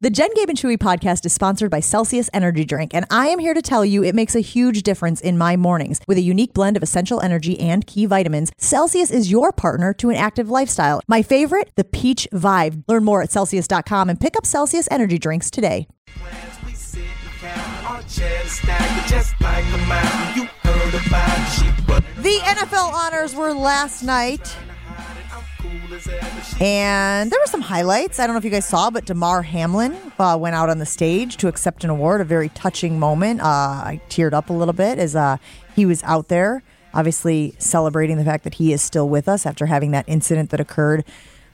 The Jen, Gabe, and Chewy podcast is sponsored by Celsius Energy Drink, and I am here to tell you it makes a huge difference in my mornings. With a unique blend of essential energy and key vitamins, Celsius is your partner to an active lifestyle. My favorite, the Peach Vibe. Learn more at Celsius.com and pick up Celsius Energy Drinks today. Friends, we sit and count on a chair stack just like a mountain. You heard about she but The NFL honors were last night. I'm cool as ever. She And there were some highlights. I don't know if you guys saw, but Damar Hamlin uh, went out on the stage to accept an award, a very touching moment. Uh, I teared up a little bit as uh, he was out there, obviously celebrating the fact that he is still with us after having that incident that occurred.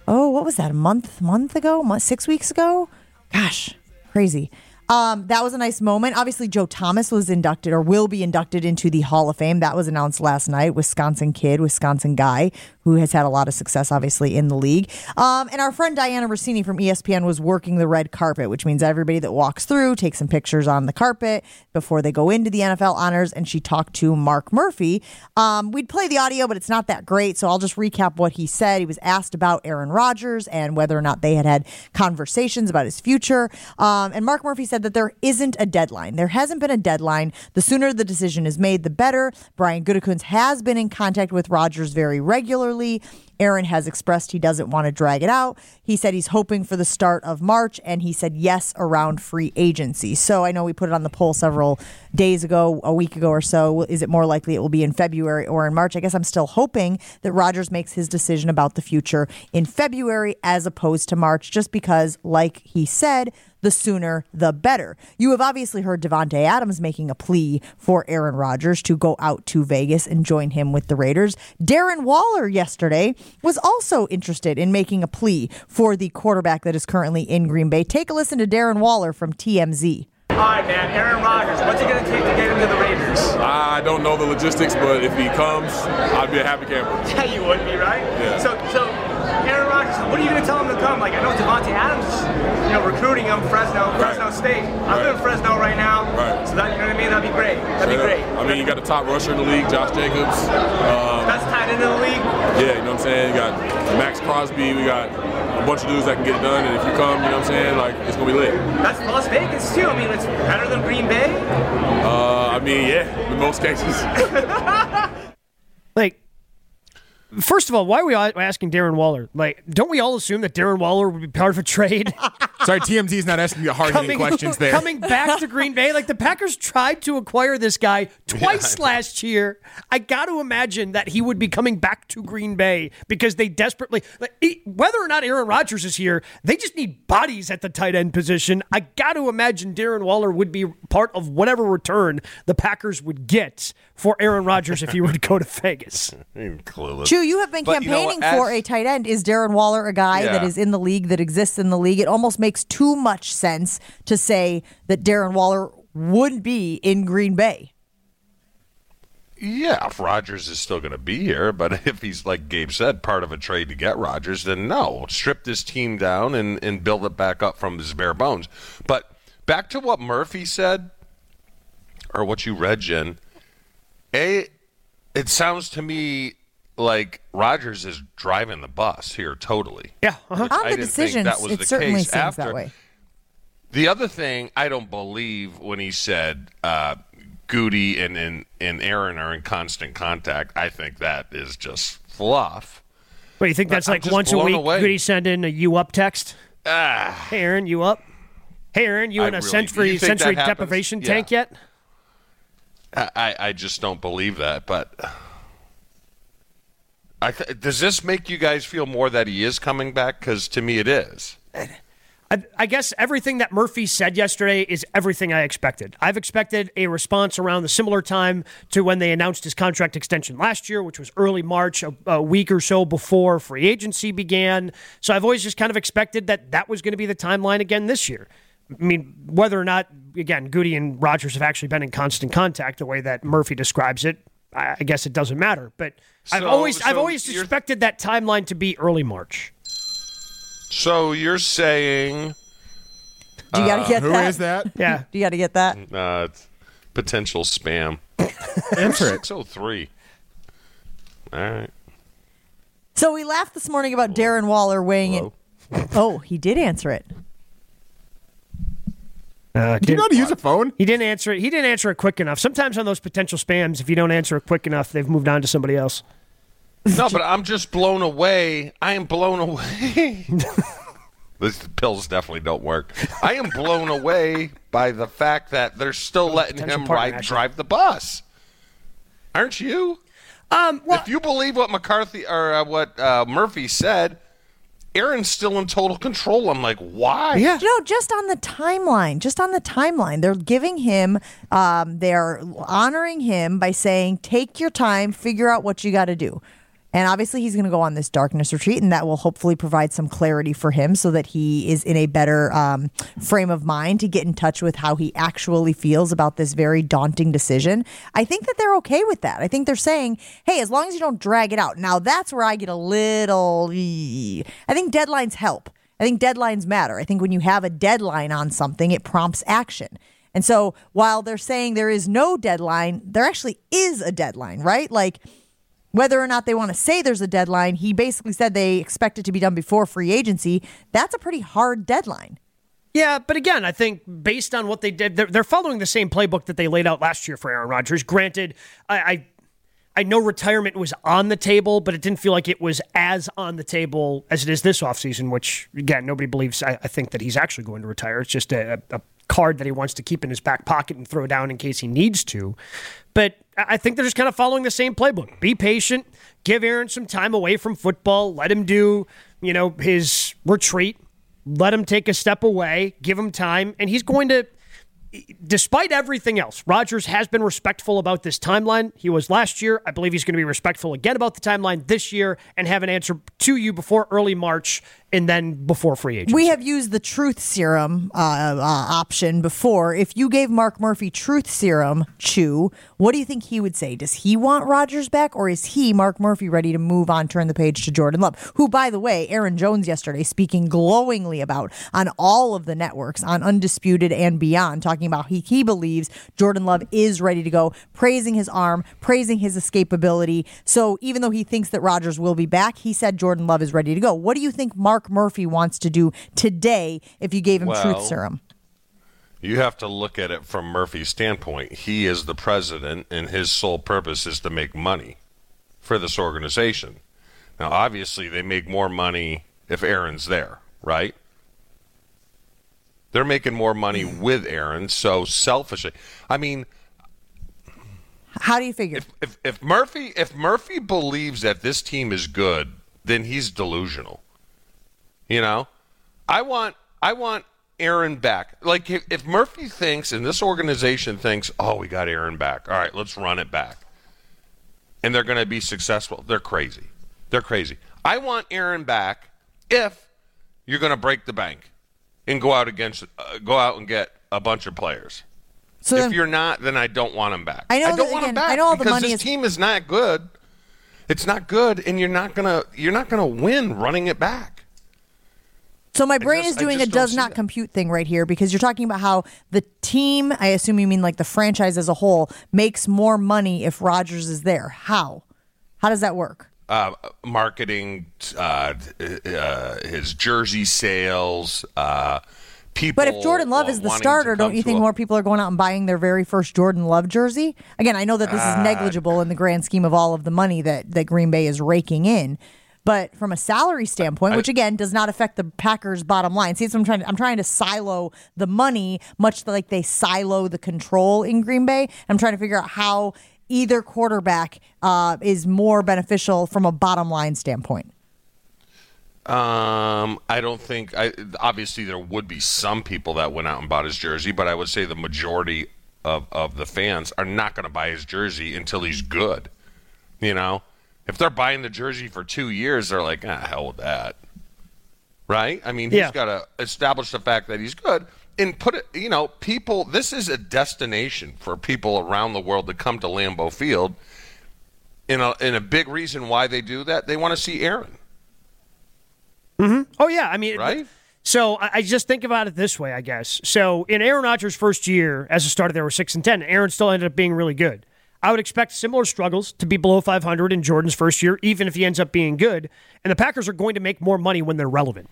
Oh, what was that? A month, month ago, Mo- six weeks ago? Gosh, crazy. Um, that was a nice moment. Obviously, Joe Thomas was inducted or will be inducted into the Hall of Fame. That was announced last night. Wisconsin kid, Wisconsin guy who has had a lot of success, obviously, in the league. Um, and our friend Diana Rossini from E ESPN was working the red carpet, which means everybody that walks through takes some pictures on the carpet before they go into the NFL honors. And she talked to Mark Murphy. Um, we'd play the audio, but it's not that great. So I'll just recap what he said. He was asked about Aaron Rodgers and whether or not they had had conversations about his future. Um, and Mark Murphy said that there isn't a deadline. There hasn't been a deadline. The sooner the decision is made, the better. Brian Gutekunst has been in contact with Rodgers very regularly. Aaron has expressed he doesn't want to drag it out. He said he's hoping for the start of March, and he said yes around free agency. So I know we put it on the poll several days ago, a week ago or so. Is it more likely it will be in February or in March? I guess I'm still hoping that Rodgers makes his decision about the future in February as opposed to March, just because, like he said, the sooner the better. You have obviously heard Devonte Adams making a plea for Aaron Rodgers to go out to Vegas and join him with the Raiders. Darren Waller yesterday was also interested in making a plea for the quarterback that is currently in Green Bay. Take a listen to Darren Waller from TMZ. All right, man. Aaron Rodgers. What's it going to take to get him to the Raiders? I don't know the logistics, but if he comes, I'd be a happy camper. Yeah, you would be, right? Yeah. So, so Aaron Rodgers. What are you going to tell him to come? Like, I know Devontae Adams, is, you know, recruiting him Fresno, Fresno Right. State. I'm Right. in Fresno right now. Right. So that you know what I mean? That'd be great. That'd be great. I mean, you got the top rusher in the league, Josh Jacobs. Um, Best tight end in the league. yeah, you know what I'm saying? You got Max Crosby. We got a bunch of dudes that can get it done. And if you come, you know what I'm saying? Like, it's going to be lit. That's Las Vegas too. I mean, it's better than Green Bay. Uh, I mean, yeah, in most cases. Like, first of all, why are we a- asking Darren Waller? Like, don't we all assume that Darren Waller would be part of a trade? Sorry, TMZ's not asking you hard-hitting coming, questions there. coming back to Green Bay. Like the Packers tried to acquire this guy twice last year. I got to imagine that he would be coming back to Green Bay because they desperately, like, e- whether or not Aaron Rodgers is here, they just need bodies at the tight end position. I got to imagine Darren Waller would be part of whatever return the Packers would get for Aaron Rodgers if he were to go to Vegas. Chew, you have been But you know campaigning what, for as- a tight end. Is Darren Waller a guy that Yeah. is in the league, that exists in the league? It almost makes too much sense to say that Darren Waller would be in Green Bay. Yeah, if Rodgers is still going to be here, but if he's like Gabe said, part of a trade to get Rodgers, then no, strip this team down and and build it back up from his bare bones. But back to what Murphy said, or what you read, Jen. A, it sounds to me like Rodgers is driving the bus here totally. Yeah, uh-huh. Which On I the didn't think decisions, that was it the certainly case seems after. that way. The other thing I don't believe when he said uh, Goody and, and and Aaron are in constant contact. I think that is just fluff. But you think that's I'm like just once a blown week? away. Could he send in a "you up" text? Ah, Hey, Aaron, you up? Hey, Aaron, you I in a really- century you think century that happens? deprivation Yeah. tank yet? I, I I just don't believe that. But I th- does this make you guys feel more that he is coming back? Because to me, it is. I, I guess everything that Murphy said yesterday is everything I expected. I've expected a response around the similar time to when they announced his contract extension last year, which was early March, a, a week or so before free agency began. So I've always just kind of expected that that was going to be the timeline again this year. I mean, whether or not, again, Goody and Rogers have actually been in constant contact the way that Murphy describes it, I, I guess it doesn't matter. But I've So- always, I've so always you're- expected that timeline to be early March. So you're saying Do you got to get Who that? is that? Yeah. Do you got to get that? uh, it's potential spam? Answer it. Six oh three. All right. So we laughed this morning about Darren Waller weighing in. Oh, he did answer it. Uh, Do you know how to use a phone? He didn't answer it. He didn't answer it quick enough. Sometimes on those potential spams, if you don't answer it quick enough, they've moved on to somebody else. No, but I'm just blown away. I am blown away. These pills definitely don't work. I am blown away by the fact that they're still letting potential him partner, ride, actually. drive the bus. Aren't you? Um, well, if you believe what McCarthy or uh, what uh, Murphy said, Aaron's still in total control. I'm like, why? Yeah. You know, just on the timeline, just on the timeline, they're giving him, um, they're honoring him by saying, take your time, figure out what you got to do. And obviously, he's going to go on this darkness retreat, and that will hopefully provide some clarity for him so that he is in a better um, frame of mind to get in touch with how he actually feels about this very daunting decision. I think that they're okay with that. I think they're saying, hey, as long as you don't drag it out. Now, that's where I get a little. I think deadlines help. I think deadlines matter. I think when you have a deadline on something, it prompts action. And so while they're saying there is no deadline, there actually is a deadline, right? Like whether or not they want to say there's a deadline, he basically said they expect it to be done before free agency. That's a pretty hard deadline. Yeah, but again, I think based on what they did, they're, they're following the same playbook that they laid out last year for Aaron Rodgers. Granted, I, I I know retirement was on the table, but it didn't feel like it was as on the table as it is this offseason, which, again, nobody believes, I, I think, that he's actually going to retire. It's just a, a card that he wants to keep in his back pocket and throw down in case he needs to. But I I think they're just kind of following the same playbook. Be patient, give Aaron some time away from football, let him do, you know, his retreat, let him take a step away, give him time, and he's going to despite everything else, Rodgers has been respectful about this timeline. He was last year. I believe he's going to be respectful again about the timeline this year and have an answer to you before early March and then before free agency. We have used the truth serum uh, uh, option before. If you gave Mark Murphy truth serum chew, what do you think he would say? Does he want Rodgers back, or is he Mark Murphy ready to move on, turn the page to Jordan Love, who, by the way, Aaron Jones yesterday speaking glowingly about on all of the networks on Undisputed and beyond, talking about he he believes Jordan Love is ready to go, praising his arm, praising his escapability. So even though he thinks that Rodgers will be back, he said Jordan Love is ready to go. What do you think Mark Murphy wants to do today if you gave him Well, truth serum? You have to look at it from Murphy's standpoint. He is the president, and his sole purpose is to make money for this organization. Now, obviously, they make more money if Aaron's there, right? They're making more money with Aaron, so selfishly. I mean, How do you figure? if if Murphy if Murphy believes that this team is good, then he's delusional. You know, I want I want Aaron back. Like if, if Murphy thinks and this organization thinks, oh, we got Aaron back. All right, let's run it back, and they're going to be successful. They're crazy. They're crazy. I want Aaron back if you're going to break the bank and go out against uh, go out and get a bunch of players so if you're not, then I don't want him back. I know don't that- want him again, back I know all the because money this is- team is not good. It's not good, and you're not gonna you're not gonna win running it back. So my brain is just- I doing a just don't does see not that. compute thing right here because you're talking about how the team, I assume you mean like the franchise as a whole, makes more money if Rodgers is there. How? How does that work? Uh, marketing, uh, uh, his jersey sales, uh, people. But if Jordan Love is the wanting to starter, come don't you to think a- more people are going out and buying their very first Jordan Love jersey? Again, I know that this Ah. is negligible in the grand scheme of all of the money that, that Green Bay is raking in. But from a salary standpoint, which again does not affect the Packers' bottom line. See, that's what I'm trying. I'm trying to silo the money, much like they silo the control in Green Bay. I'm trying to figure out how either quarterback uh, is more beneficial from a bottom line standpoint. Um, I don't think. I obviously there would be some people that went out and bought his jersey, but I would say the majority of of the fans are not going to buy his jersey until he's good. You know, if they're buying the jersey for two years, they're like, ah, hell with that. Right? I mean, Yeah. he's got to establish the fact that he's good and put it. You know, people. This is a destination for people around the world to come to Lambeau Field. And a, and a big reason why they do that, they want to see Aaron. Oh yeah, I mean, Right? So I I just think about it this way, I guess. So in Aaron Rodgers' first year as a starter, there were six and ten. Aaron still ended up being really good. I would expect similar struggles to be below 500 in Jordan's first year, even if he ends up being good. And the Packers are going to make more money when they're relevant.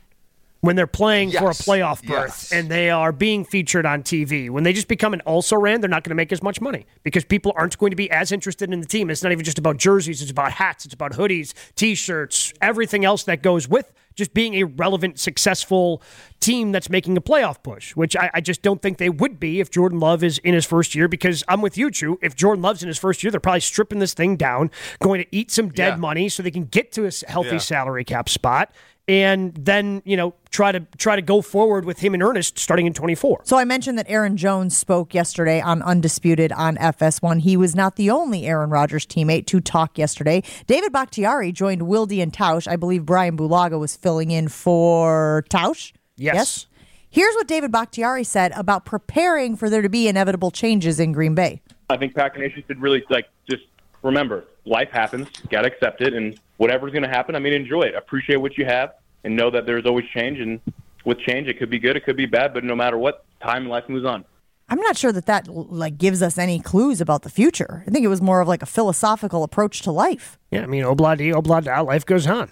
when they're playing for a Yes. playoff berth Yes. and they are being featured on TV. When they just become an also ran, they're not going to make as much money because people aren't going to be as interested in the team. It's not even just about jerseys, it's about hats, it's about hoodies, t shirts, everything else that goes with just being a relevant, successful team that's making a playoff push, which I, I just don't think they would be if Jordan Love is in his first year. Because I'm with you, Chu. If Jordan Love's in his first year, they're probably stripping this thing down, going to eat some dead Yeah. money so they can get to a s- healthy Yeah. salary cap spot, and then you know try to try to go forward with him in earnest starting in 24. So I mentioned that Aaron Jones spoke yesterday on Undisputed on FS1. He was not the only Aaron Rodgers teammate to talk yesterday. David Bakhtiari joined Wilde and Tausch. I believe Brian Bulaga was filling in for Tausch. Yes. Here's what David Bakhtiari said about preparing for there to be inevitable changes in Green Bay. I think Packer Nation should really like just remember life happens, got to accept it, and whatever's going to happen, I mean, enjoy it, appreciate what you have, and know that there's always change. And with change, it could be good, it could be bad, but no matter what, time and life moves on. I'm not sure that that like gives us any clues about the future. I think it was more of like a philosophical approach to life. Yeah, I mean, obla di obla da, life goes on.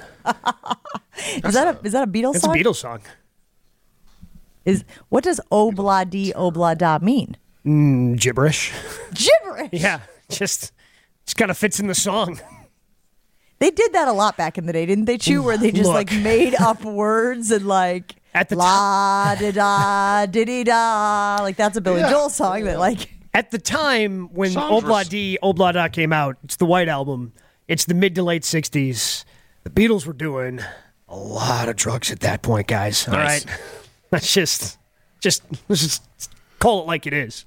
Is that a is that a Beatles It's a song? Beatles song. Is what does obla di obla da mean? Gibberish. Gibberish. Yeah, just just kind of fits in the song. They did that a lot back in the day, didn't they, Chew? Where they just like Look. made up words and like At the la da da diddy da. Like that's a Billy Joel song that like At the time when Songs were- Obla D, Obla Da came out, it's the White Album, it's the mid to late 60s. The Beatles were doing a lot of drugs at that point, guys. All Nice. right. Let's just, just, let's just call it like it is.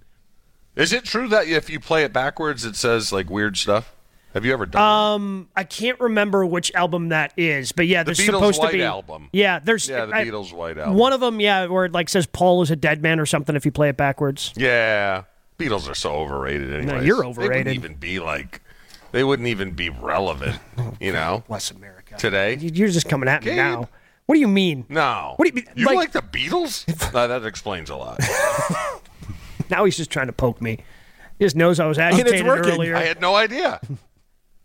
Is it true that if you play it backwards, it says like weird stuff? Have you ever Um, done? I can't remember which album that is, but yeah, The there's Beatles' supposed to White be Album. Yeah, there's Yeah, the I- Beatles' White Album. One of them, yeah, where it like says Paul is a dead man or something if you play it backwards. that? Yeah, Beatles are so overrated. Anyway, you're They overrated. wouldn't even be like, they wouldn't even be relevant. You know, Bless America. today. You- You're just coming at me Gabe. now. What do you mean? No. What do you mean? You Like- like, the Beatles? no, that explains a lot. Now he's just trying to poke me. He just knows I was agitated working. earlier. I had no idea.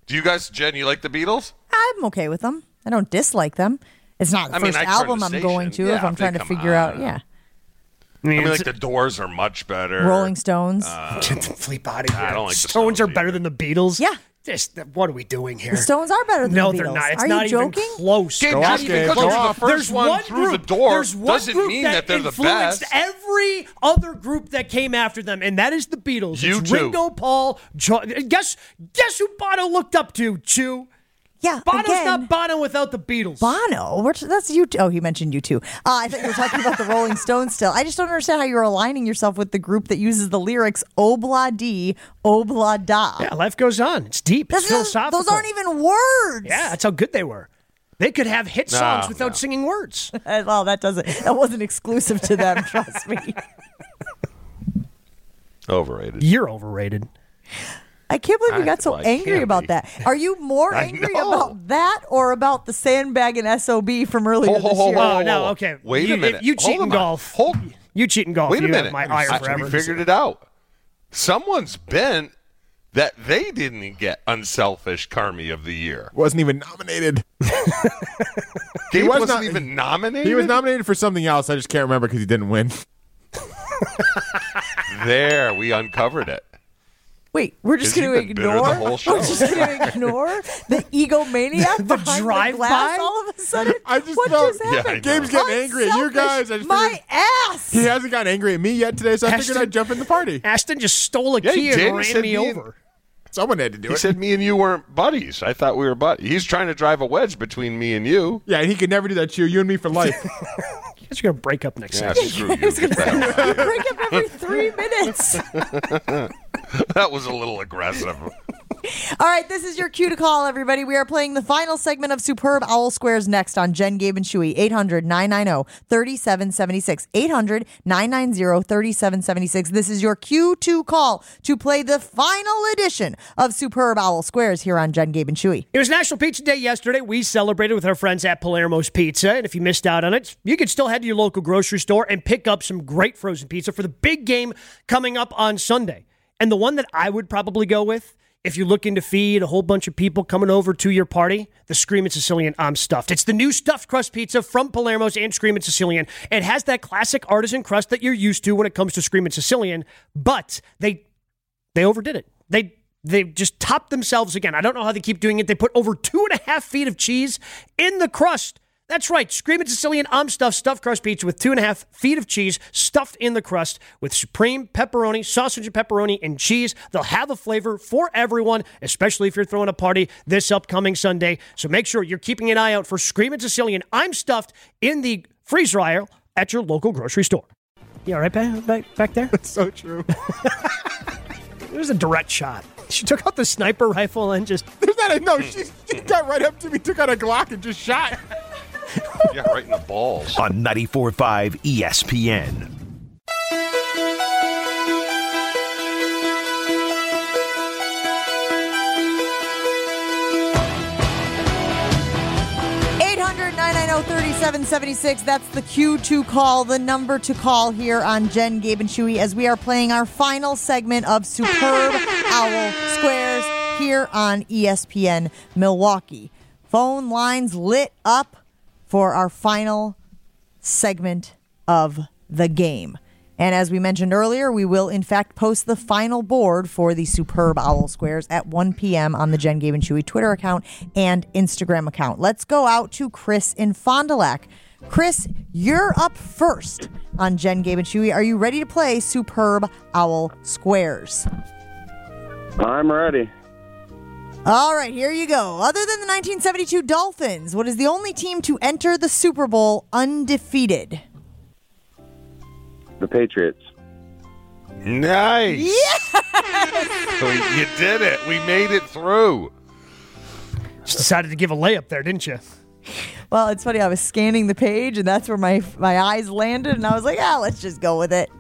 Do you guys, Jen? You like the Beatles? I'm okay with them. I don't dislike them. It's not the I mean, first I turn album the I'm going to station. if Yeah, I'm they trying to come figure out. on. Yeah, I mean, I mean, like it's- the Doors are much better. Rolling Stones. Uh, Flea body. I don't like the Stones Stones are better either. than the Beatles. Yeah. Just what are we doing here? the Stones are better than no, the Beatles. they're not. It's are not you even joking? close. Gabe, Go just off, because Gabe, they're go the off. first There's one one through the group- door There's one doesn't group mean that that they're the influenced best. Every other group that came after them, and that is the Beatles. You it's too. Ringo, Paul, John. Guess guess who Bono looked up to? Chew. Yeah, Bono's again, not Bono without the Beatles. Bono. Which, that's you. T- oh, he mentioned you too. Uh, I thought you were talking about the Rolling Stones still. I just don't understand how you're aligning yourself with the group that uses the lyrics obla di, obla da. yeah, life goes on. It's deep. It's That's not- philosophical. those aren't even words. Yeah, that's how good they were. They could have hit songs without no. singing words. Uh, Well, that doesn't. That wasn't exclusive to them. trust me. Overrated. You're overrated. I can't believe you I- got so well, I angry can't about be. that. Are you more I angry know. about that or about the sandbag and sob from earlier Ho, ho, this ho, year? ho. Oh, whoa, no, whoa. okay. Wait a you, minute. You cheat Hold in on. golf. Hold- You cheat in golf. Wait a you minute. Have my ire I- forever. We figured it out. Someone's been that they didn't get unselfish Carmi of the year. Wasn't even nominated. He was wasn't not- even nominated. He was nominated for something else. I just can't remember because he didn't win. there. We uncovered it. Wait, we're just 'Cause going to you've been bitter ignore. the whole show. We're just going to ignore the egomaniac The behind drive-by? the glass all of a sudden. I just what felt- just Yeah, I happened? know. Gabe's getting angry at you Unselfish. guys. I just my figured- ass. He hasn't gotten angry at me yet today, so I figured Ashton- I'd jump in the party. Ashton just stole a Yeah, he key and did. He ran said me me and- over. Someone had to do He it. said me and you weren't buddies. I thought we were buddies. He's trying to drive a wedge between me and you. yeah, and he could never do that. Chew you and me for life. You guys are going to break up next Yeah, season. screw you. Get the hell out You of here. break up every three minutes. that was a little aggressive. All right, this is your cue to call, everybody. We are playing the final segment of Superb Owl Squares next on Jen, Gabe, and Shui. 800 990 3776. 800 990 3776. This is your cue to call to play the final edition of Superb Owl Squares here on Jen, Gabe, and Shui. It was National Pizza Day yesterday. We celebrated with our friends at Palermo's Pizza. And if you missed out on it, you can still head to your local grocery store and pick up some great frozen pizza for the big game coming up on Sunday. And the one that I would probably go with if you're looking to feed a whole bunch of people coming over to your party, the Screamin' Sicilian I'm Stuffed. It's the new stuffed crust pizza from Palermo's and Screamin' Sicilian. It has that classic artisan crust that you're used to when it comes to Screamin' Sicilian, but they they overdid it. They they just topped themselves again. I don't know how they keep doing it. They put over two and a half feet of cheese in the crust. That's right, Screaming Sicilian Um Stuff stuffed crust pizza with two and a half feet of cheese stuffed in the crust with supreme pepperoni, sausage and pepperoni, and cheese. They'll have a flavor for everyone, especially if you're throwing a party this upcoming Sunday. So make sure you're keeping an eye out for Screaming Sicilian I'm Stuffed in the freeze dryer at your local grocery store. You all right back, back, back there? It's so true. It was a direct shot. She took out the sniper rifle and just There's not a no. She, she Hmm. got right up to me, took out a Glock, and just shot. Yeah, right in the balls. on 94.5 ESPN. Eight hundred nine nine zero thirty seven seventy six. That's the cue to call, the number to call here on Jen, Gabe, and Chewy as we are playing our final segment of Superb Owl Squares here on E ESPN Milwaukee. Phone lines lit up for our final segment of the game. And as we mentioned earlier, we will in fact post the final board for the superb owl squares at 1 p.m. on the Jen Gabe and Chewy Twitter account and Instagram account. Let's go out to Chris in Fond du Lac. Chris, you're up first on Jen Gabe and Chewy. Are you ready to play superb owl squares? I'm ready. All right, here you go. Other than the 1972 Dolphins, what is the only team to enter the Super Bowl undefeated? The Patriots. Nice. We- you did it. We made it through. just decided to give a layup there, didn't you? Well, it's funny. I was scanning the page, and that's where my my eyes landed, and I was like, "Ah, let's just go with it."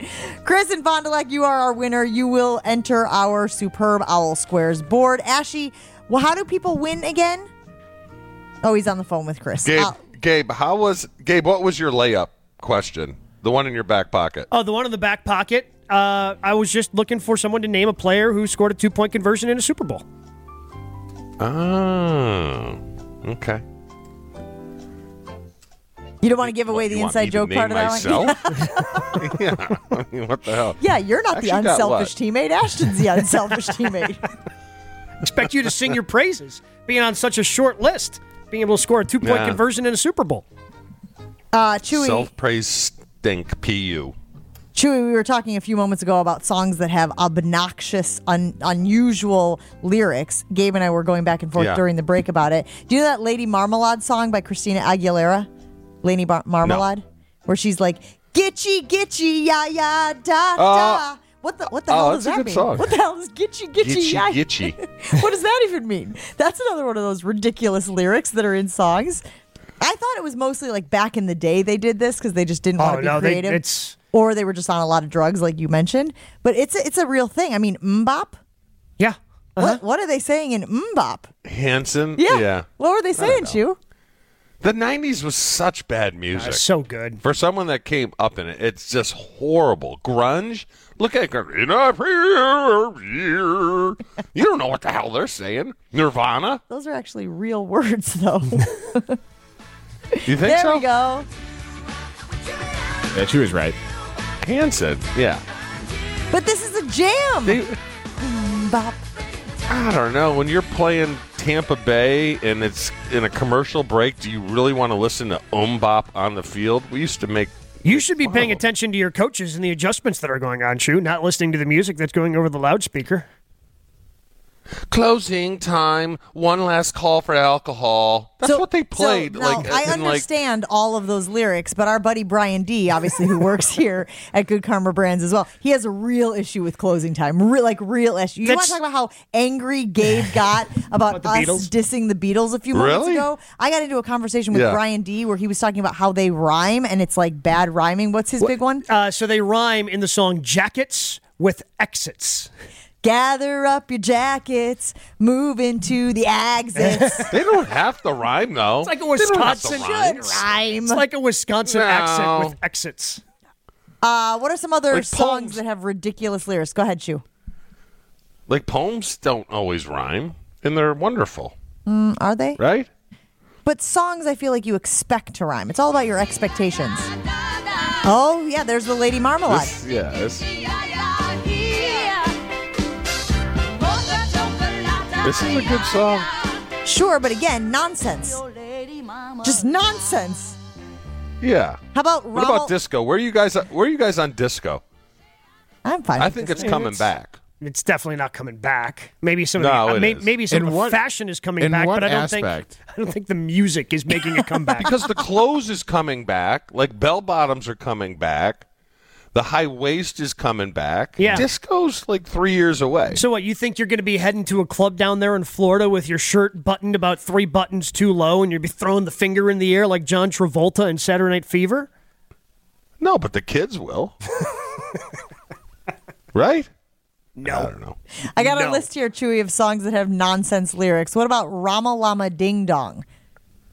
Chris and Fond du Lac, you are our winner. You will enter our superb owl squares board. Ashy, well, how do people win again? Oh, he's on the phone with Chris. Gabe, Uh, Gabe, how was Gabe? What was your layup question? The one in your back pocket. Oh, the one in the back pocket. Uh, I was just looking for someone to name a player who scored a two point conversion in a Super Bowl. Oh, okay. you don't want to give away the You want me inside to joke name part of that one. myself? yeah. I mean, what the hell? Yeah, you're not the Actually, got unselfish teammate. Ashton's the unselfish teammate. Expect you to sing your praises being on such a short list, being able to score a two point Yeah. conversion in a Super Bowl. Uh, Chewy, Self praise stink. Pu. Chewy, we were talking a few moments ago about songs that have obnoxious, un- unusual lyrics. Gabe and I were going back and forth Yeah. during the break about it. Do you know that Lady Marmalade song by Christina Aguilera? Lady Bar- Marmalade? Where she's like, Gitchy, gitchy, ya, ya, da, da. What the, what the Uh, oh, hell does that's a that good mean? song. What the hell is gitchy, gitchy, Gitchy, ya, gitchy. what does that even mean? That's another one of those ridiculous lyrics that are in songs. I thought it was mostly like back in the day they did this because they just didn't want Oh, to be no, they- creative it's- or they were just on a lot of drugs, like you mentioned. But it's a, it's a real thing. I mean, mbop. Yeah. What what are they saying in mbop? Hanson. Yeah. What were they saying, Chew? The '90s was such bad music. So good. For someone that came up in it, it's just horrible. Grunge. Look at grunge. In a fear- You don't know what the hell they're saying. Nirvana. Those are actually real words, though. You think there so? we go. Yeah, she was right. Hanson. Yeah. But this is a jam. They, Mbop. I don't know. When you're playing Tampa Bay and it's in a commercial break, do you really want to listen to Umbop on the field? We used to make. You should be paying Wow. attention to your coaches and the adjustments that are going on, Chu, not listening to the music that's going over the loudspeaker. Closing time. One last call for alcohol. That's So- what they so played. now, like I in, like, understand all of those lyrics, but our buddy Brian D, obviously who works here at Good Karma Brands as well, he has a real issue with closing time. Re- like real issue. You want That's- to talk about how angry Gabe got about, the us Beatles? dissing the Beatles a few moments Really? ago? I got into a conversation with Yeah. Brian D where he was talking about how they rhyme and it's like bad rhyming. What's his big one? Uh, so they rhyme in the song Jackets with Exits. Gather up your jackets, move into the exits. They don't have to rhyme though. It's like a Wisconsin- Good rhyme. It's like a Wisconsin accent No. with Exits. Uh, what are some other Like songs poems. that have ridiculous lyrics? Go ahead, Shu. Like poems don't always rhyme, and they're wonderful, Mm, are they? right? But songs, I feel like you expect to rhyme. It's all about your expectations. Oh yeah, there's the Lady Marmalade. This- yeah. This, this is a good song. Sure, but again, nonsense. Just nonsense. Yeah. How about What Rommel- about disco? Where are you guys? Where are you guys on disco? I'm fine. I with think this. it's coming back. It's definitely not coming back. Maybe some No, of the, uh, it may- is. maybe some In of the what- fashion is coming in back, what but I don't aspect? think I don't think the music is making a comeback. because the clothes is coming back. Like bell bottoms are coming back. The high waist is coming back. Yeah. Disco's like three years away. so what you think you're going to be heading to a club down there in Florida with your shirt buttoned about three buttons too low, and you'll be throwing the finger in the air like John Travolta in Saturday Night Fever? no, but the kids will. right? No. I don't know. I got a No. list here, Chewy, of songs that have nonsense lyrics. What about Rama Lama Ding Dong?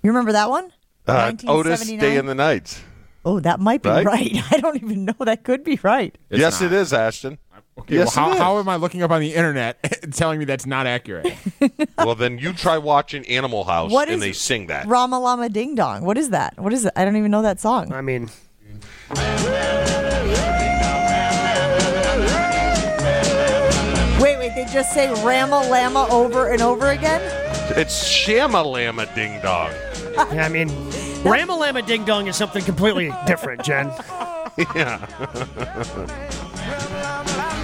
You remember that one? Uh, Otis, Day 1979? in the Nights. Oh, that might be Right? right. I don't even know. That could be right. yes, it is, Ashton. Okay, yes, well, it how, is. how am I looking up on the internet and telling me that's not accurate? well, then you try watching Animal House What and is they sing that. Rama Lama Ding Dong. What is that? What is it? I don't even know that song. I mean, Wait, wait. They just say Rama Lama over and over again? It's Shamalama Ding Dong. I mean, Ramalama Ding Dong is something completely different, Jen.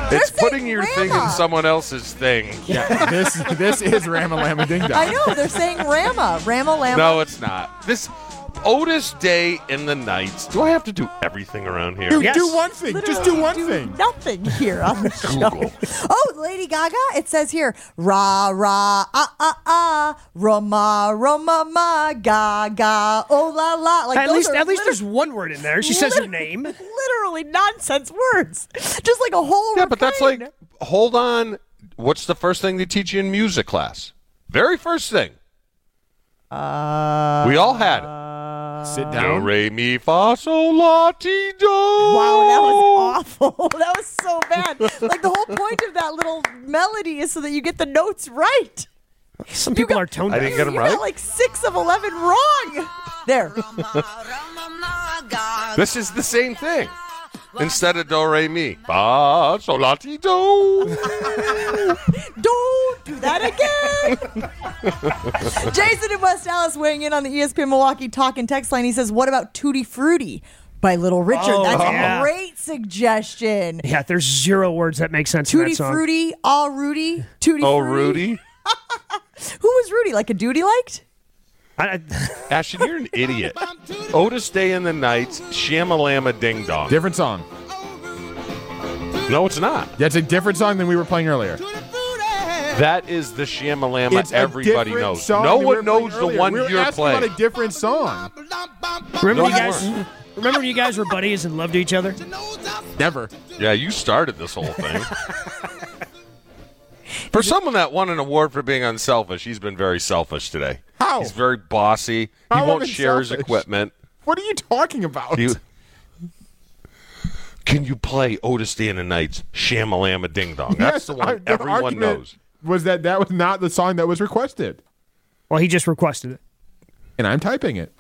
It's saying putting your thing in Rama. someone else's thing. yeah, this this is Ramalama Ding Dong. I know. They're saying Rama. Rama Lama. No, it's not. This Otis Day in the Nights. Do I have to do everything around here? Dude, Yes. do one thing. Just do Literally one thing. Nothing here on the show. Oh, Lady Gaga. It says here, rah rah ah ah ah, roma roma ma ga ga, oh la la. Like At those least, are at least liter- there's one word in there. She says her lit- name. Literally nonsense words, just like a whole. Yeah, but that's like, refrain. hold on. What's the first thing they teach you in music class? Very first thing. Uh, we all had it. Sit Do, down. re, mi, fa, sol, la, ti, do. Wow, that was awful. That was so bad. Like the whole point of that little melody is so that you get the notes right. Some people are tone I deaf. didn't get them you right. got like six of eleven wrong. There. this is the same thing. Instead of do, re, mi, fa, sol, la, ti, do. Don't do that again. Jason in West Dallas weighing in on the E ESPN Milwaukee talk and text line. He says, What about Tutti Frutti by Little Richard? Oh, That's yeah. a great suggestion. Yeah, there's zero words that make sense in Tutti that song. Frutti, all Rudy, Tutti Oh, Frutti. Rudy. Who was Rudy? Like a dude he liked? I, Ashton, you're an idiot. Otis Day in the Nights, Shamalama Ding Dong. Different song. No, it's not. That's a different song than we were playing earlier. That is the Shamalama It's a everybody different knows. song No than we were one knows playing the earlier. one we were you're asking playing. About a different song. remember No, you you guys. Remember when you guys were buddies and loved each other? Never. Yeah, you started this whole thing. for someone that won an award for being unselfish, he's been very selfish today. How? He's very bossy. How he am I won't share his selfish? equipment. What are you talking about? You Can you play Otis Day and the Nights, Shamalama Ding Dong? That's Yes, the I- one the everyone argument knows. Was that that was not the song that was requested? Well, he just requested it. And I'm typing it.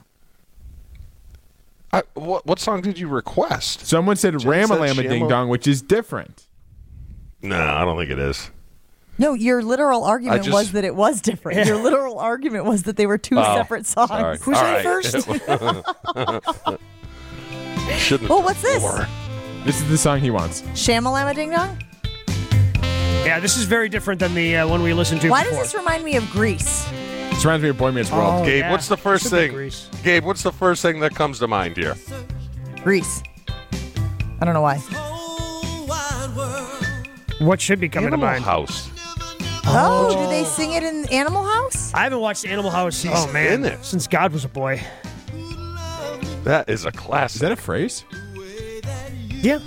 I, what, what song did you request? Someone said Ramalama Ding Shamo- Dong, which is different. No, I don't think it is. No, your literal argument just- was that it was different. Your literal argument was that they were two separate songs. Sorry. Who's All on right. first? Shouldn't Oh, have what's this? swore. This is the song he wants. Shamalama Ding Dong? yeah, this is very different than the uh, one we listened to Why does before. this remind me of Greece? This reminds me of Boy Meets World. Oh. Gabe, yeah. what's the first Should be thing? Grease. Gabe, what's the first thing that comes to mind here? Greece. I don't know why. what should be coming to Animal mind? House. Oh, do they sing it in Animal House? I haven't watched Animal House. oh man, in it. since God was a boy. That is a Is classic. that a phrase? Yeah.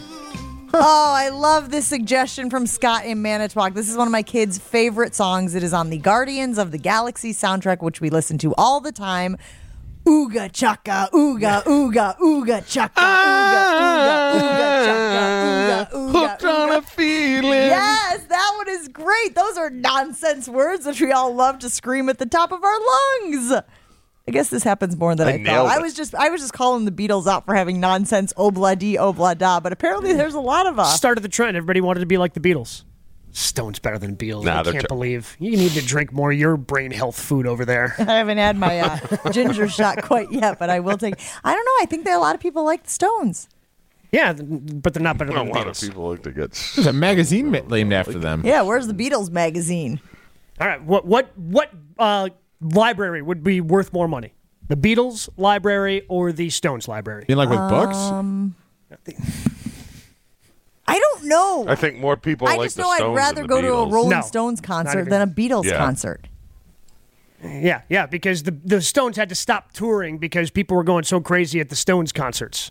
Oh, I love this suggestion from Scott in Manitowoc. This is one of my kids' favorite songs. It is on the Guardians of the Galaxy soundtrack, which we listen to all the time. Ooga chaka, ooga, ooga, ooga chaka, Ah, ooga, ooga, ooga chaka, ooga, ooga. Hooked on a ooga. feeling. Yes, that one is great. great. Those are nonsense words which we all love to scream at the top of our lungs. I guess this happens more than I I, nailed thought. I it. was just I was just calling the Beatles out for having nonsense obla di obla da, but Mm. apparently there's a lot of uh, us. Started the trend. Everybody wanted to be like the Beatles. Stone's better than Beatles. Nah, I they're can't ter- believe you need to drink more of your brain health food over there. I haven't had my uh, ginger shot quite yet, but I will take. I don't know. I think that a lot of people like the Stones. Yeah, th- but they're not better A than the lot of Beatles. people like to get. There's a magazine ma- named after them. Yeah, where's the Beatles magazine? All right, what what what uh, library would be worth more money? The Beatles library or the Stones library? You mean like with books? I don't know. I think more people I like just the know I'd Stones rather than the go to a Beatles. Rolling No. Stones concert even- than a Beatles Yeah. concert. Yeah, yeah, because the the Stones had to stop touring because people were going so crazy at the Stones concerts.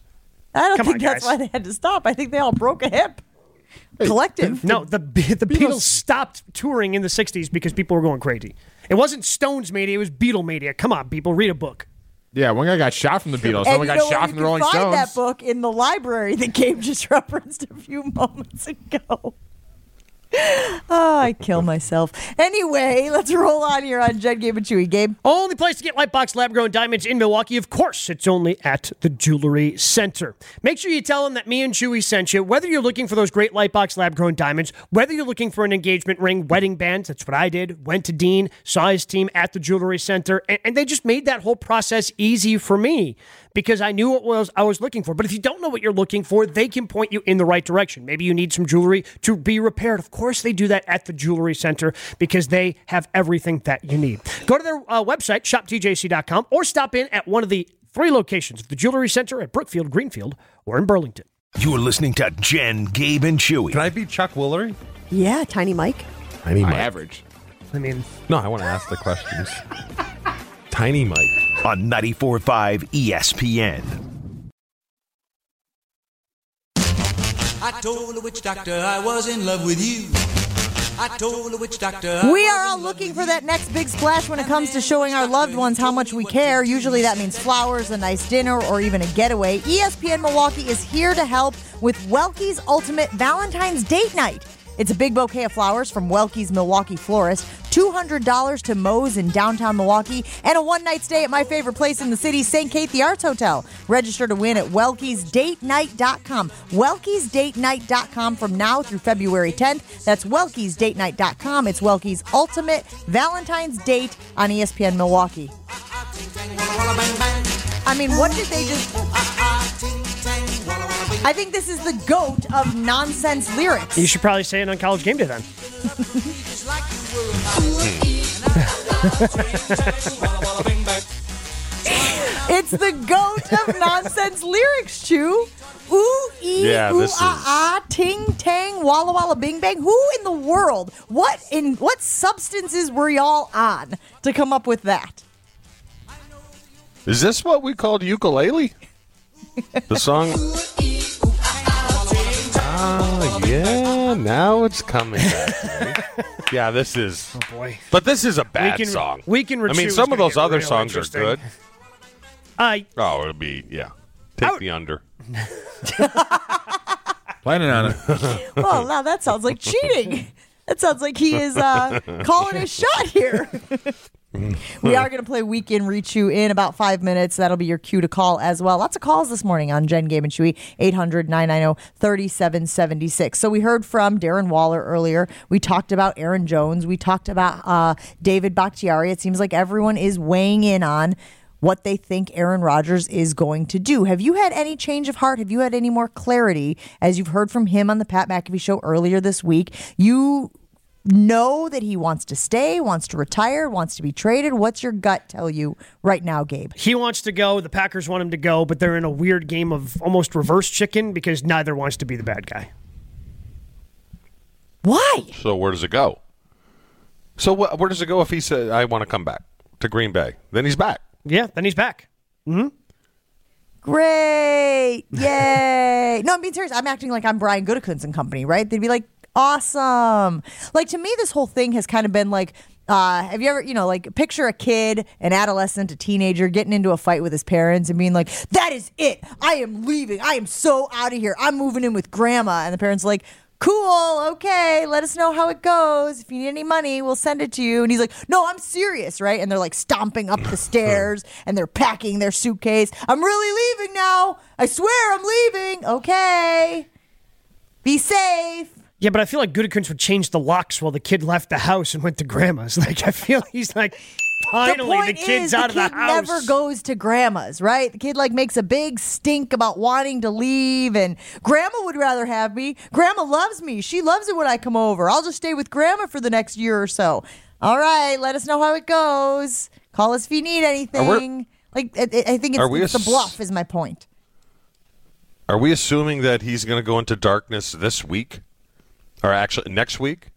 I don't Come think on, that's guys. why they had to stop. I think they all broke a hip. Collective. No, the the Beatles, stopped touring in the '60s because people were going crazy. It wasn't Stones mania; it was Beatle mania. Come on, people, read a book. Yeah, one guy got shot from the Beatles. And Someone you got know what? shot You from the can Rolling find Stones. that book in the library that Gabe just referenced a few moments ago. Oh, I kill myself. Anyway, let's roll on here on Jed, Gabe, and Chewy. Gabe, Only place to get Lightbox lab grown diamonds in Milwaukee. Of course, it's only at the Jewelry Center. Make sure you tell them that me and Chewy sent you. Whether you're looking for those great Lightbox lab grown diamonds, whether you're looking for an engagement ring, wedding band, that's what I did. Went to Dean, saw his team at the Jewelry Center, and, and they just made that whole process easy for me because I knew what was I was looking for. But if you don't know what you're looking for, they can point you in the right direction. Maybe you need some jewelry to be repaired. Of course, they do that at the Jewelry Center because they have everything that you need. Go to their uh, website, shoptjc.com, or stop in at one of the three locations of the Jewelry Center at Brookfield, Greenfield, or in Burlington. You're listening to Jen, Gabe, and Chewy. Can I be Chuck Woolery? Yeah, Tiny Mike. I mean, My Mike. average. I mean, No, I want to ask the questions. Tiny Mike. on 94.5 ESPN. I told the witch doctor I was in love with you. I told the witch doctor. we are all looking for that next big splash when it comes to showing our loved ones how much we care. Usually that means flowers, a nice dinner, or even a getaway. E ESPN Milwaukee is here to help with Welky's Ultimate Valentine's Date Night. It's a big bouquet of flowers from Welky's Milwaukee florist, $200 to Moe's in downtown Milwaukee, and a one night stay at my favorite place in the city, St. Kate the Arts Hotel. Register to win at Welky'sDateNight.com. Welky'sDateNight.com from now through February 10th. That's Welky'sDateNight.com. It's Welky's Ultimate Valentine's Date on E ESPN Milwaukee. I mean, what did they just. I think this is the goat of nonsense lyrics. you should probably say it on college game day then. It's the goat of nonsense lyrics, Chew. Ooh, ee, Yeah, ooh, this ah, is- ah, ting, tang, walla, walla, bing, bang. Who in the world? What in what substances were y'all on to come up with that? Is this what we called ukulele? The song. Ah, yeah. Now it's coming. back. yeah, this is. Oh, boy. But this is a bad Weekend- song. Weekend I Retreat mean, was some of gonna those get other real songs are interesting. good. Uh, Oh, it'll be yeah. Take the under. Planning on it. Well, now that sounds like cheating. That sounds like he is uh, calling his shot here. we are going to play Weekend Rechew in about five minutes. That'll be your cue to call as well. Lots of calls this morning on Jen, Gabe, and Chewy, 800 990 3776. So we heard from Darren Waller earlier. We talked about Aaron Jones. We talked about uh, David Bakhtiari. It seems like everyone is weighing in on what they think Aaron Rodgers is going to do. Have you had any change of heart? Have you had any more clarity as you've heard from him on the Pat McAfee show earlier this week? You know that he wants to stay, wants to retire, wants to be traded. What's your gut tell you right now, Gabe? he wants to go. The Packers want him to go, but they're in a weird game of almost reverse chicken because neither wants to be the bad guy. Why? So where does it go? So wh- where does it go if he said I want to come back to Green Bay? Then he's back. Yeah, then he's back. Great. Yay. no, I'm being serious. I'm acting like I'm Brian Gutekunst and company, right? They'd be like, awesome. Like to me, this whole thing has kind of been like, uh, have you ever, you know, like picture a kid, an adolescent, a teenager getting into a fight with his parents and being like, that is it. I am leaving. I am so out of here. I'm moving in with grandma. And the parents are like, cool, okay, let us know how it goes. If you need any money, we'll send it to you. And he's like, no, I'm serious, right? And they're like stomping up the stairs and they're packing their suitcase. I'm really leaving now. I swear I'm leaving. Okay. Be safe. Yeah, but I feel like Gutekunst would change the locks while the kid left the house and went to grandma's. Like I feel he's like, finally the, point kid's is, out the kid of the house. Never goes to grandma's, right? The kid like makes a big stink about wanting to leave, and grandma would rather have me. Grandma loves me. She loves it when I come over. I'll just stay with grandma for the next year or so. All right, let us know how it goes. Call us if you need anything. Like I, I- I think Are it's, we it's the ass- bluff is my point. Are we assuming that he's going to go into darkness this week, or actually next week?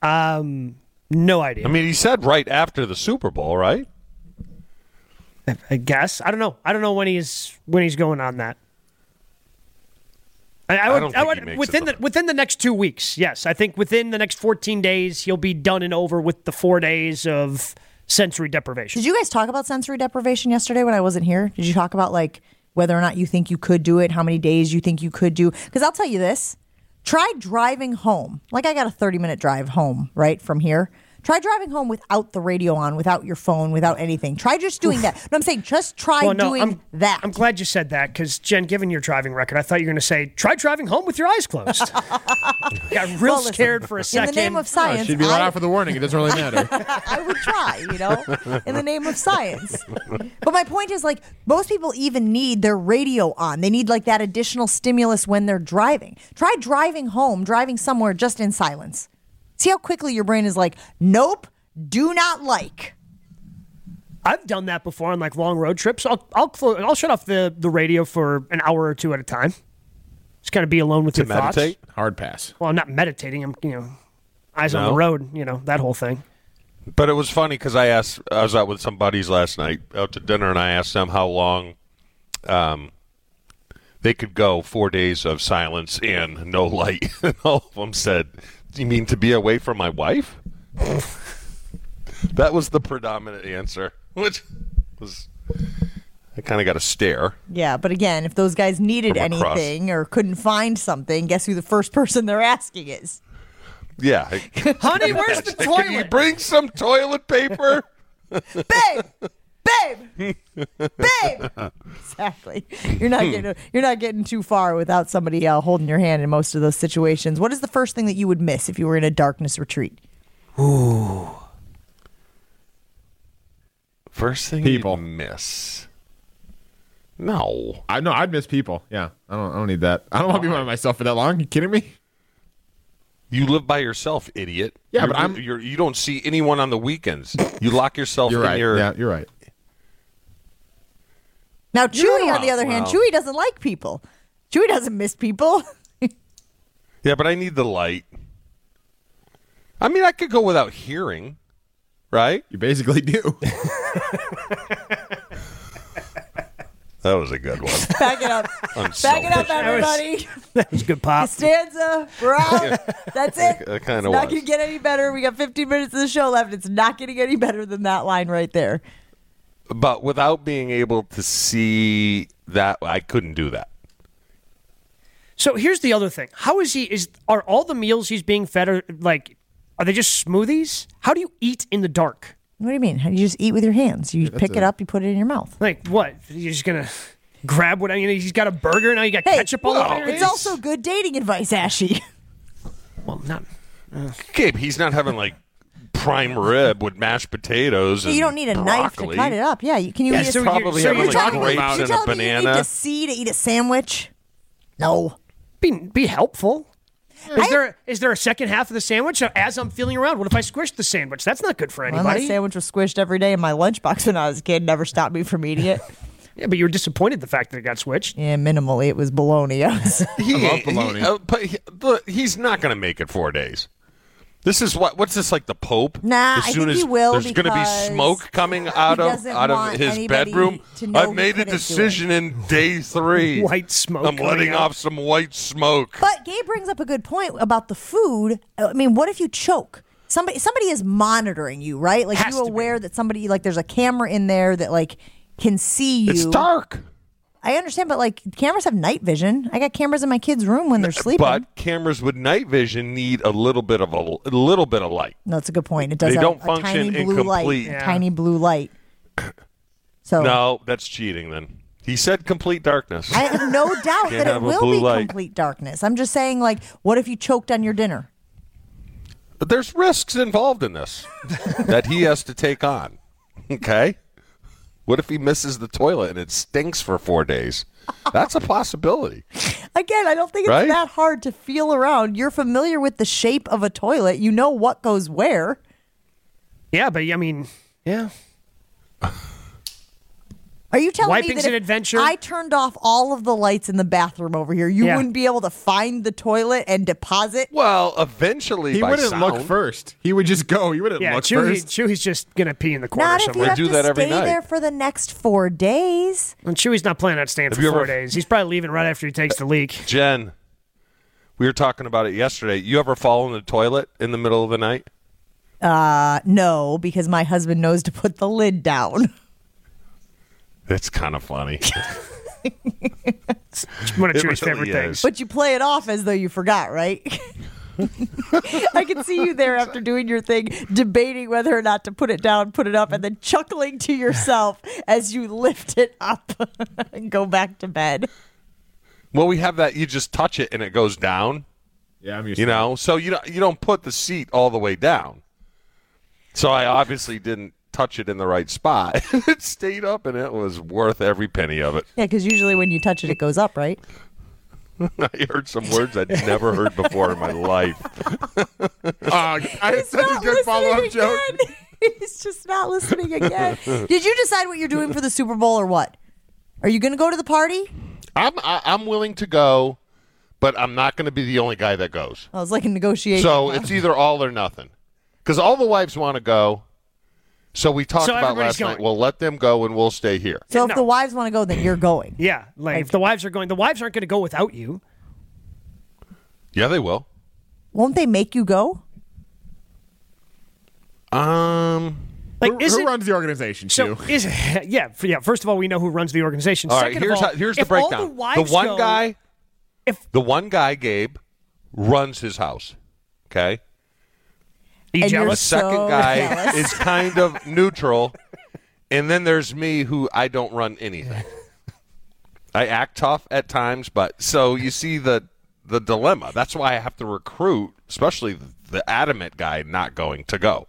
Um, no idea. I mean, he said right after the Super Bowl, right? I guess I don't know. I don't know when he's when he's going on that. I, I I would, don't I think would he makes it within the within the next two weeks. Yes, I think within the next fourteen days he'll be done and over with the four days of sensory deprivation. Did you guys talk about sensory deprivation yesterday when I wasn't here? Did you talk about like whether or not you think you could do it, how many days you think you could do? Because I'll tell you this try driving home. Like I got a 30 minute drive home, right, from here. Try driving home without the radio on, without your phone, without anything. Try just doing that. No, I'm saying just try well, no, doing I'm, that. I'm glad you said that because Jen, given your driving record, I thought you were going to say try driving home with your eyes closed. Got real Well, listen, scared for a in second. the name of science, Should be right I, out for the warning. Oh, It doesn't really matter. I would try, you know, in the name of science. But my point is, like, most people even need their radio on. They need, like, that additional stimulus when they're driving. Try driving home, driving somewhere just in silence. See how quickly your brain is like, nope, do not like. I've done that before on like long road trips. I'll I'll clo- I'll shut off the, the radio for an hour or two at a time. Just kind of be alone with To your thoughts. meditate? Hard pass. Well, I'm not meditating. I'm you know eyes on No. the road. You know that whole thing. But it was funny because I asked, I was out with some buddies last night out to dinner, and I asked them how long um, they could go four days of silence and no light. And all of them said, Do you mean to be away from my wife? that was the predominant answer, which was, I kind of got a stare. Yeah, but again, if those guys needed From across. anything or couldn't find something, guess who the first person they're asking is? Yeah. I- Honey, where's the Can you toilet? bring some toilet paper? babe, babe, babe. Exactly. You're not getting you're not getting too far without somebody uh, holding your hand in most of those situations. What is the first thing that you would miss if you were in a darkness retreat? Ooh. First thing People. people miss. No. I no, I'd miss people. Yeah, I don't. I don't need that. I don't want to be by myself for that long. You kidding me? You live by yourself, idiot. Yeah, You're- but I'm- You're, you don't see anyone on the weekends. You lock yourself You're in right. your. Yeah, you're right. Now Chewy, on the other hand, Wow. Chewy doesn't like people. Chewy doesn't miss people. Yeah, but I need the light. I mean, I could go without hearing, right? You basically do. That was a good one. Back it up. Back it up, everybody. That was good pop. Costanza, we're out. That's it. I It's kind of not was. going to get any better. We got 15 minutes of the show left. It's not getting any better than that line right there. But without being able to see that, I couldn't do that. So here's the other thing. How is he? Is are all the meals he's being fed are like? Are they just smoothies? How do you eat in the dark? What do you mean? How do you just eat with your hands? You pick it up, you put it in your mouth. Like what? You're just gonna grab what? I mean, he's got a burger now. You got ketchup all over. your It's hands? also good dating advice, Ashy. well, not Gabe, he's not having like prime rib with mashed potatoes. And you don't need a knife to broccoli. cut it up. Yeah, you can you Yeah, eat a so probably so having you're like talking grapes about and a Me you need banana. to see to eat a sandwich. No. be be helpful. Hmm. Is there is there a second half of the sandwich? So As I'm feeling around, what if I squished the sandwich? That's not good for Well, that anybody. sandwich was squished every day in my lunchbox when I was a kid. Never stopped me from eating it. yeah, but you were disappointed the fact that it got switched. Yeah, minimally, it was bologna. I was- He, love ain't- he- bologna. uh, but he- look, he's not going to make it four days. This is what? What's this like? The Pope? Nah, I as soon think as he will there's gonna be because smoke coming out of doesn't out of want his anybody bedroom. to know I've he made a couldn't do it. decision in day three. White smoke I'm coming letting out. off some white smoke. But Gabe brings up a good point about the food. I mean, what if you choke? Somebody somebody is monitoring you, right? Like Has you to be. aware that somebody like there's a camera in there that like can see you. it's dark. I understand, but like cameras have night vision. I got cameras in my kids' room when they're sleeping. But cameras with night vision need a little bit of a, a little bit of light. no, it's a good point. It does They have don't a function tiny in blue light. complete- Yeah. Tiny blue light. So No, that's cheating. Then he said complete darkness. Oh. I have no doubt Can't that it have a will blue be light. complete darkness. I'm just saying, like, what if you choked on your dinner? But there's risks involved in this that he has to take on. Okay? What if he misses the toilet and it stinks for four days? That's a possibility. Again, I don't think it's Right? that hard to feel around. You're familiar with the shape of a toilet. You know what goes where. Yeah, but I mean, yeah. Are you telling me Wiping's that an if adventure? I turned off all of the lights in the bathroom over here, you Yeah. wouldn't be able to find the toilet and deposit? Well, eventually, He by wouldn't look sound- first. He would just go. He wouldn't Yeah, look Chewy, first. Chewy's just gonna pee in the corner Not if you somewhere. have to stay there for the next four days. And Chewy's not planning on staying Have for you four ever- days. He's probably leaving right after he takes the leak. Jen, we were talking about it yesterday. You ever fall in the toilet in the middle of the night? Uh, no, because my husband knows to put the lid down. It's kind of funny. One of Chewy's It really favorite is. things. But you play it off as though you forgot, right? I can see you there after doing your thing, debating whether or not to put it down, put it up, and then chuckling to yourself as you lift it up and go back to bed. Well, we have that. You just touch it and it goes down. Yeah, I'm You know, so you don't, you don't put the seat all the way down. So I obviously didn't touch it in the right spot. it stayed up, and it was worth every penny of it. Yeah, because usually when you touch it, it goes up, right? I heard some words I'd never heard before in my life. Uh, I had such a good follow up joke. He's just not listening again. Did you decide what you're doing for the Super Bowl or what? Are you going to go to the party? I'm I, I'm willing to go, but I'm not going to be the only guy that goes. I was like a negotiation. So huh? it's either all or nothing, because all the wives want to go. So we talked So about everybody's last night. going. Well, let them go, and we'll stay here. so if no. the wives want to go, then you're going. Yeah, like, if the wives are going, the wives aren't going to go without you. Yeah, they will. Won't they make you go? Um. Like, who, is who it- runs the organization? So Chew? is yeah, f- yeah. First of all, we know who runs the organization. All right, Second here's of all, how, here's the if all breakdown. the, wives one go- guy, if- the one guy, Gabe, runs his house. Okay, Are you And you're the jealous? second so guy jealous. is kind of neutral, and then there's me who I don't run anything. I act tough at times, but so you see the the dilemma. That's why I have to recruit, especially the adamant guy not going to go.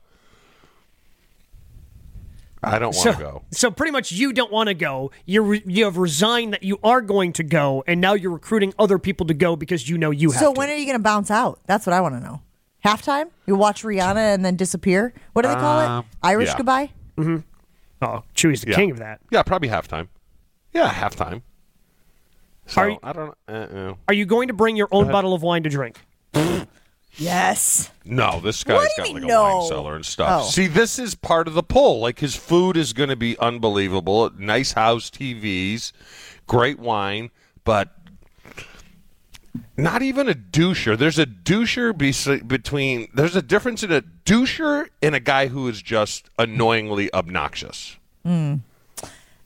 I don't want to go. So pretty much, you don't want to go. You re- you have resigned that you are going to go, and now you're recruiting other people to go because you know you have. So to. when are you going to bounce out? That's what I want to know. Halftime? You watch Rihanna and then disappear? What do they call it? Irish Um, yeah. goodbye? oh, Chewy's the Yeah. king of that. Yeah, probably halftime. Yeah, halftime. So Are you- I don't. Uh, Are you going to bring your own bottle of wine to drink? Yes. no, this guy's do got you like mean, a wine no? cellar and stuff. Oh. See, this is part of the pull. Like his food is going to be unbelievable. Nice house, TVs, great wine, but not even a doucher. There's a doucher bes- between. There's a difference in a doucher and a guy who is just annoyingly obnoxious.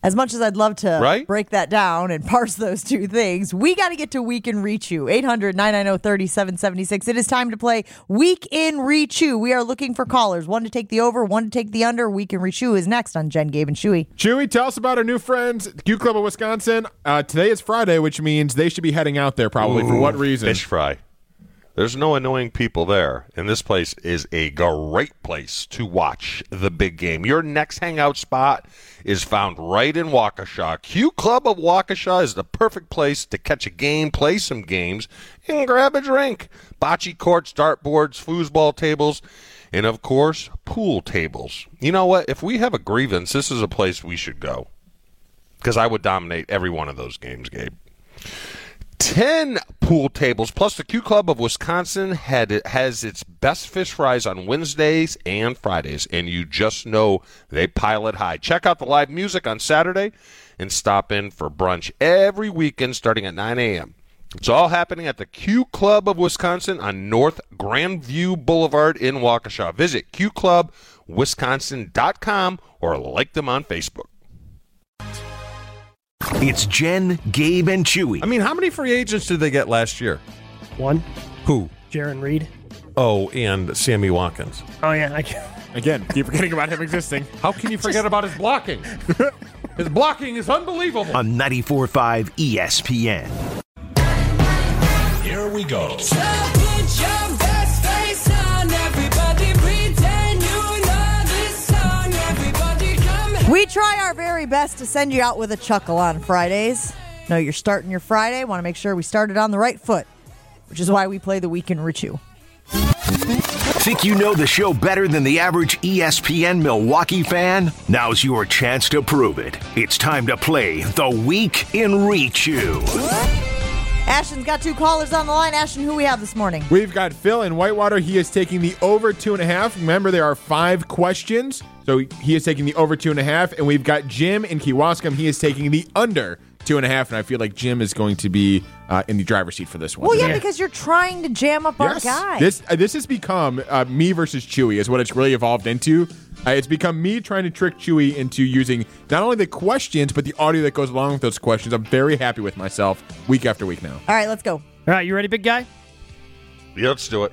As much as I'd love to Right? break that down and parse those two things, we got to get to Week in Reach You. 800 990 3776. It is time to play Week in Reach You. We are looking for callers. One to take the over, one to take the under. Week in Reach You is next on Jen, Gabe, and Shuey. Chewy, tell us about our new friends, Q Club of Wisconsin. Uh, today is Friday, which means they should be heading out there probably. for what reason? Fish fry. There's no annoying people there, and this place is a great place to watch the big game. Your next hangout spot is found right in Waukesha. Q Club of Waukesha is the perfect place to catch a game, play some games, and grab a drink. Bocce courts, dartboards, foosball tables, and of course, pool tables. You know what? If we have a grievance, this is a place we should go because I would dominate every one of those games, Gabe. 10 pool tables, plus the Q Club of Wisconsin had, has its best fish fries on Wednesdays and Fridays, and you just know they pile it high. Check out the live music on Saturday and stop in for brunch every weekend starting at 9 a.m. It's all happening at the Q Club of Wisconsin on North Grandview Boulevard in Waukesha. Visit qclubwisconsin.com or like them on Facebook. It's Jen, Gabe, and Chewy. I mean, how many free agents did they get last year? One. Who? Jaron Reed. Oh, and Sammy Watkins. Oh yeah, I can. Again, keep forgetting about him existing. How can you forget about his blocking? his blocking is unbelievable. on 94.5 ESPN. Here we go. We try our very best to send you out with a chuckle on Fridays. Know you're starting your Friday, want to make sure we started on the right foot, which is why we play the weekend Richu. Think you know the show better than the average E ESPN Milwaukee fan? Now's your chance to prove it. It's time to play The Week in Rechew. Ashton's got two callers on the line. Ashton, who we have this morning? We've got Phil in Whitewater. He is taking the over two and a half. Remember, there are five questions. So he is taking the over two and a half. And we've got Jim in Kewaskum. He is taking the under two and a half. And I feel like Jim is going to be uh, in the driver's seat for this one. Well, yeah, because you're trying to jam up Yes. our guy. This uh, this has become uh, me versus Chewy is what it's really evolved into. Uh, it's become me trying to trick Chewy into using not only the questions but the audio that goes along with those questions. I'm very happy with myself week after week now. All right, let's go. All right, you ready, big guy? Yeah, let's do it.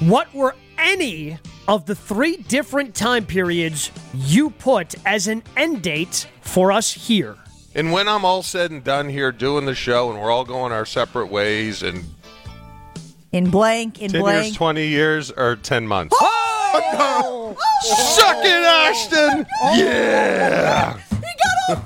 What were any of the three different time periods you put as an end date for us here? And when I'm all said and done here doing the show and we're all going our separate ways and In blank, in 10 years, blank. 20 years, or 10 months. Oh! Suck it, Ashton! Yeah! All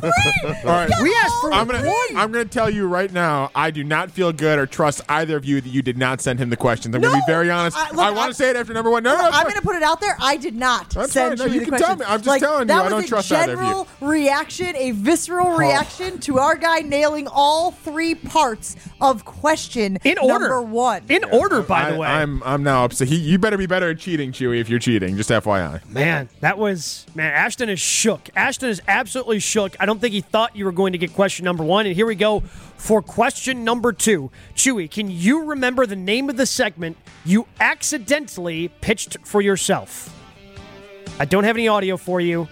right, We asked for I'm gonna I'm gonna tell you right now. I do not feel good or trust either of you that you did not send him the questions. I'm gonna No. be very honest. I- I, look, want I- to say it after number one. No, no, Look, no, I'm no. going to put it out there. I did not That's send fine. No, you you the can tell questions. me. I'm just Like, telling you, That I was don't a trust Oh. either of you. general reaction, a visceral reaction to our guy nailing all three parts of question In order. number one. In order, by I, the way. I'm I'm now upset. He, you better be better at cheating, Chewy, if you're cheating. Just FYI. Man, that was man. Ashton is shook. Ashton is absolutely shook. I don't think he thought you were going to get question number one, and here we go for question number two. Chewy, can you remember the name of the segment you accidentally pitched for yourself? I don't have any audio for you.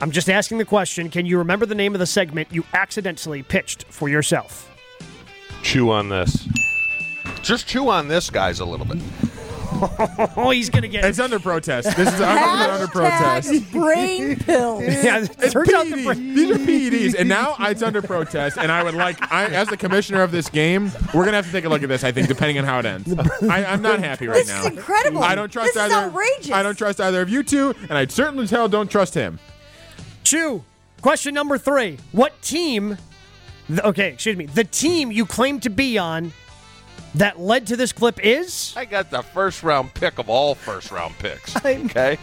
I'm just asking the question. Can you remember the name of the segment you accidentally pitched for yourself? Chew on this. Just chew on this, guys, a little bit. Oh, he's gonna get. It's under protest. This is I'm gonna put it under protest. Hashtag brain pills. yeah, it It's turns out the PEDs. brain- These are PEDs, and now it's under protest. And I would like, I, as the commissioner of this game, we're gonna have to take a look at this. I think, depending on how it ends. I, I'm not happy right This now. is incredible. I don't trust This is either. outrageous. I don't trust either of you two, and I certainly as hell don't trust him. Chew. Question number three. What team? th- okay, excuse me. The team you claim to be on that led to this clip is I got the first round pick of all first round picks. Okay?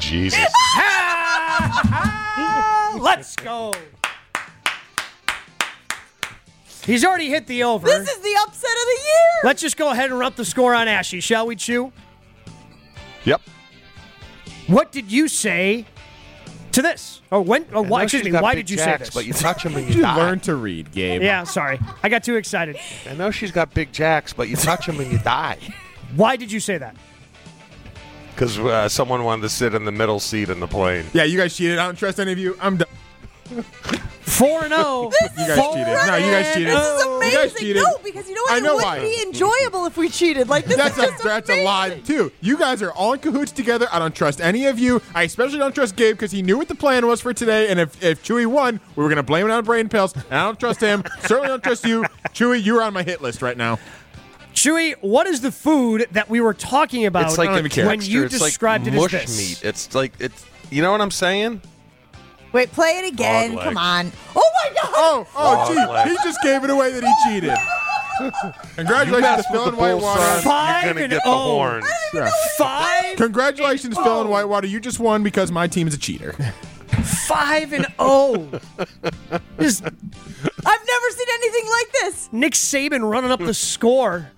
Jesus. Let's go. He's already hit the over. This is the upset of the year. Let's just go ahead and up the score on Ashy, shall we, Chew? Yep. What did you say to this? Or when? Or why? I know Excuse she's me. got Why big did you jacks, say But you this? touch them and you, You die. learn to read, Gabe. yeah, sorry. I got too excited. I know she's got big jacks, but you touch them and you die. Why did you say that? Because uh, someone wanted to sit in the middle seat in the plane. Yeah, you guys cheated. I don't trust any of you. I'm done. Four and oh. zero. You guys cheated. No, you guys cheated. This Oh. is You guys amazing. cheated. No, because you know what? I know it would why. be enjoyable if we cheated. Like this That's is a just that's a amazing. lie too. You guys are all in cahoots together. I don't trust any of you. I especially don't trust Gabe because he knew what the plan was for today. And if, if Chewy won, we were gonna blame it on brain pills. And I don't trust him. Certainly don't trust you, Chewy. You're on my hit list right now. Chewy, what is the food that we were talking about It's like don't a even care. Oh, when you texture, it's like described it as mush this? meat. It's like it's. You know what I'm saying? Wait, play it again. Dog leg. Come on. Oh my god. Oh, oh, Oh, Glenn. gee, he just gave it away that he cheated. Congratulations to Mess Phil with and bull, Whitewater. son, Five You're gonna and get the oh. horns. Yeah. Five, Congratulations, Phil and Whitewater. You just won because my team is a cheater. five and oh. Just I've never seen anything like this. Nick Saban running up the score.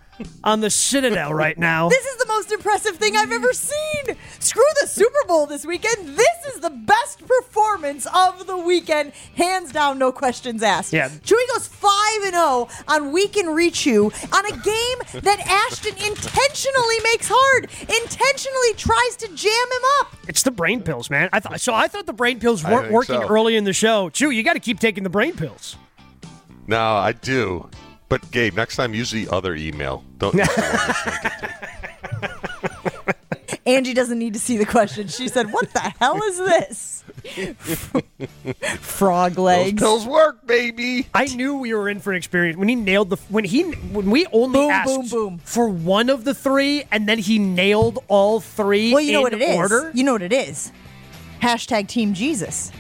on the Citadel right now. This is the most impressive thing I've ever seen. Screw the Super Bowl this weekend. This is the best performance of the weekend, hands down, no questions asked. Yeah. Chewy goes five and zero on Week in Rechew on a game that Ashton intentionally makes hard, intentionally tries to jam him up. It's the brain pills, man. I thought so. I thought the brain pills I weren't think working so. early in the show. Chew, you got to keep taking the brain pills. No, I do. But Gabe, next time use the other email. Don't. Angie doesn't need to see the question. She said, "What the hell is this?" Frog legs. pills work, baby. I knew we were in for an experience when he nailed the when he when we only Boom, asked boom, boom. for one of the three, and then he nailed all three. Well, you know in what it is. Order. You know what it is. Hashtag Team Jesus.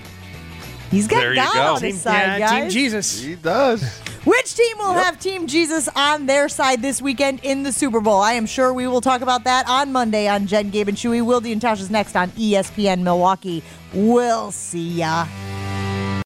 He's got There you God go. on his Team- side, yeah, guys. Team Jesus. he does. Which team will have Team Jesus on their side this weekend in the Super Bowl? I am sure we will talk about that on Monday E on Jen, Gabe, and Chewy. Wildy and Tasha's next on ESPN Milwaukee. We'll see ya.